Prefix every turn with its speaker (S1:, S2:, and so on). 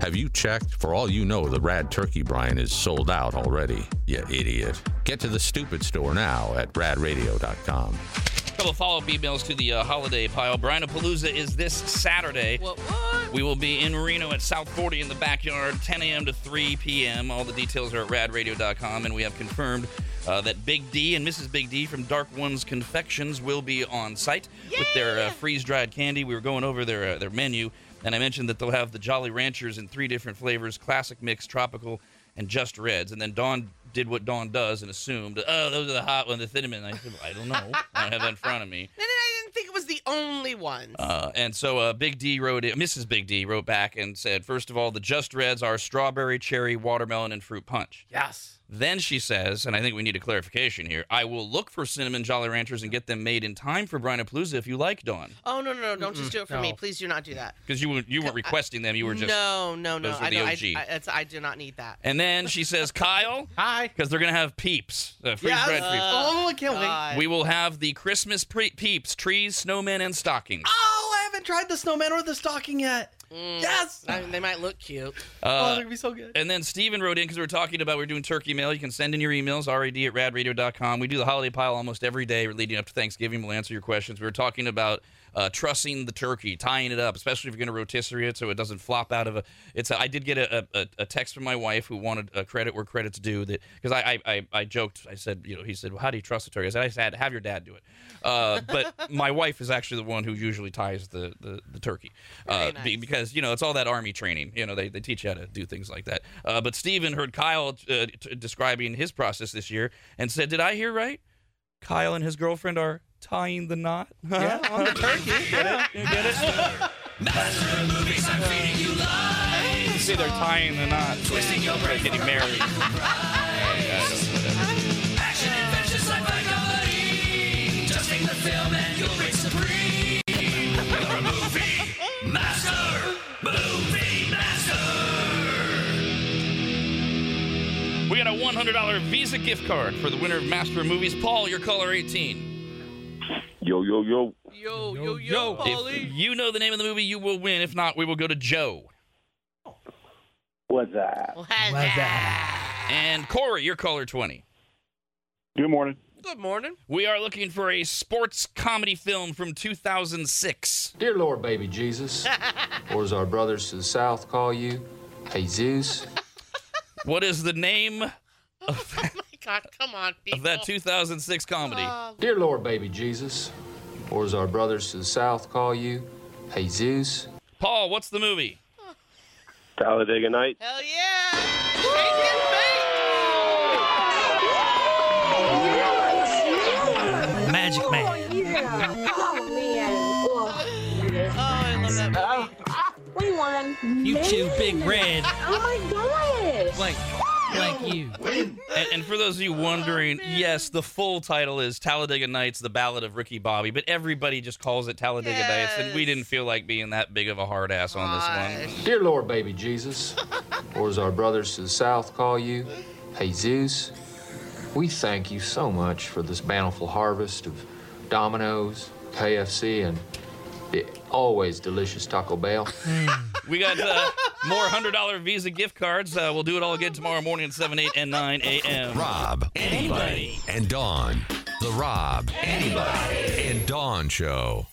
S1: Have you checked? For all you know, the Rad Turkey Brian is sold out already. You idiot. Get to the stupid store now at radradio.com.
S2: couple follow up emails to the uh, holiday pile. Brian Palooza is this Saturday.
S3: What, what?
S2: We will be in Reno at South 40 in the backyard, 10 a.m. to 3 p.m. All the details are at radradio.com, and we have confirmed uh, that Big D and Mrs. Big D from Dark Ones Confections will be on site with their uh, freeze-dried candy. We were going over their uh, their menu, and I mentioned that they'll have the Jolly Ranchers in three different flavors: classic mix, tropical, and just reds. And then Dawn did what Dawn does and assumed, oh, those are the hot one, the thin one. I said, I don't know. I don't have that in front of me.
S3: No, no, no, I didn't think it was the only ones.
S2: Uh, and so uh, Big D wrote it, Mrs. Big D wrote back and said, first of all, the Just Reds are strawberry, cherry, watermelon, and fruit punch.
S3: yes.
S2: Then she says, and I think we need a clarification here I will look for cinnamon Jolly Ranchers and get them made in time for Brian Palooza if you like, Dawn.
S3: Oh no, no, no! Don't just do it for me,
S4: no.
S3: please. Do not do that.
S2: Because you, weren't- you weren't requesting them, you were just.
S3: no, no, no.
S2: those were
S3: I,
S2: the
S3: don't, I,
S2: OG.
S3: I, it's, I do not need that.
S2: And then she says, Kyle,
S4: Hi.
S2: because they're going to have peeps, uh, freeze
S4: Yes.
S2: bread peeps.
S4: oh, I can't wait.
S3: God.
S2: We will have the Christmas pre- peeps, trees, snowmen, and stockings.
S4: Oh, I haven't tried the snowman or the stocking yet. Yes.
S3: I mean, they might look cute.
S4: oh,
S2: Uh,
S4: they're gonna be so good.
S2: And then Steven wrote in because we were talking about we are doing turkey mail. You can send in your emails, rad at radradio.com. We do the holiday pile almost every day leading up to Thanksgiving. We'll answer your questions. We were talking about uh, trussing the turkey, tying it up, especially if you're going to rotisserie it so it doesn't flop out of a. It's. A, I did get a, a, a text from my wife who wanted a credit where credit's due that because I, I, I, I joked. I said, you know, he said, well, how do you trust the turkey? I said, I said, have your dad do it. Uh, but my wife is actually the one who usually ties the, the, the turkey uh,
S3: Very
S2: be-
S3: nice.
S2: because you know it's all that army training. You know they, they teach you how to do things like that. Uh, but Steven heard Kyle uh, t- describing his process this year and said, "Did I hear right? Kyle and his girlfriend are tying the knot."
S4: Yeah, on the turkey. Yeah.
S2: You see, they're tying the knot. Twisting your brain. Getting married. We got a $100 Visa gift card for the winner of Master Movies. Paul, your caller 18.
S5: Yo, yo, yo.
S3: Yo,
S4: Yo, yo, yo.
S2: If you know the name of the movie, you will win. If not, we will go to Joe.
S5: What's that?
S2: And Corey, your caller 20.
S5: Good morning.
S3: Good morning.
S2: We are looking for a sports comedy film from 2006.
S6: Dear Lord, baby Jesus, or as our brothers to the south call you, Jesus.
S2: What is the name
S3: Oh My God, come on, people.
S2: of that 2006 comedy?
S6: Dear Lord, baby Jesus, or as our brothers to the south call you, Jesus.
S2: Paul, what's the movie?
S5: Talladega Nights.
S3: Hell yeah! Shake
S7: Magic Man. Oh, yeah. Oh,
S3: and
S7: man. Oh,
S3: bake. Oh, I love that. movie.
S7: we won.
S8: You two big red
S7: Oh, my gosh.
S8: like like you.
S2: And, and for those of you wondering, yes, the full title is Talladega Nights: The Ballad of Ricky Bobby, but everybody just calls it Talladega Nights, and we
S3: Yes.
S2: didn't feel like being that big of a hard ass on this one.
S3: Gosh.
S6: Dear Lord, baby Jesus, or as our brothers to the south call you, Jesus. We thank you so much for this bountiful harvest of Domino's, KFC, and the always delicious Taco Bell.
S2: We got uh, more hundred dollar Visa gift cards. Uh, we'll do it all again tomorrow morning at seven, eight, and nine a.m.
S1: Rob. Anybody. And Dawn. The Rob. Anybody. And Dawn Show.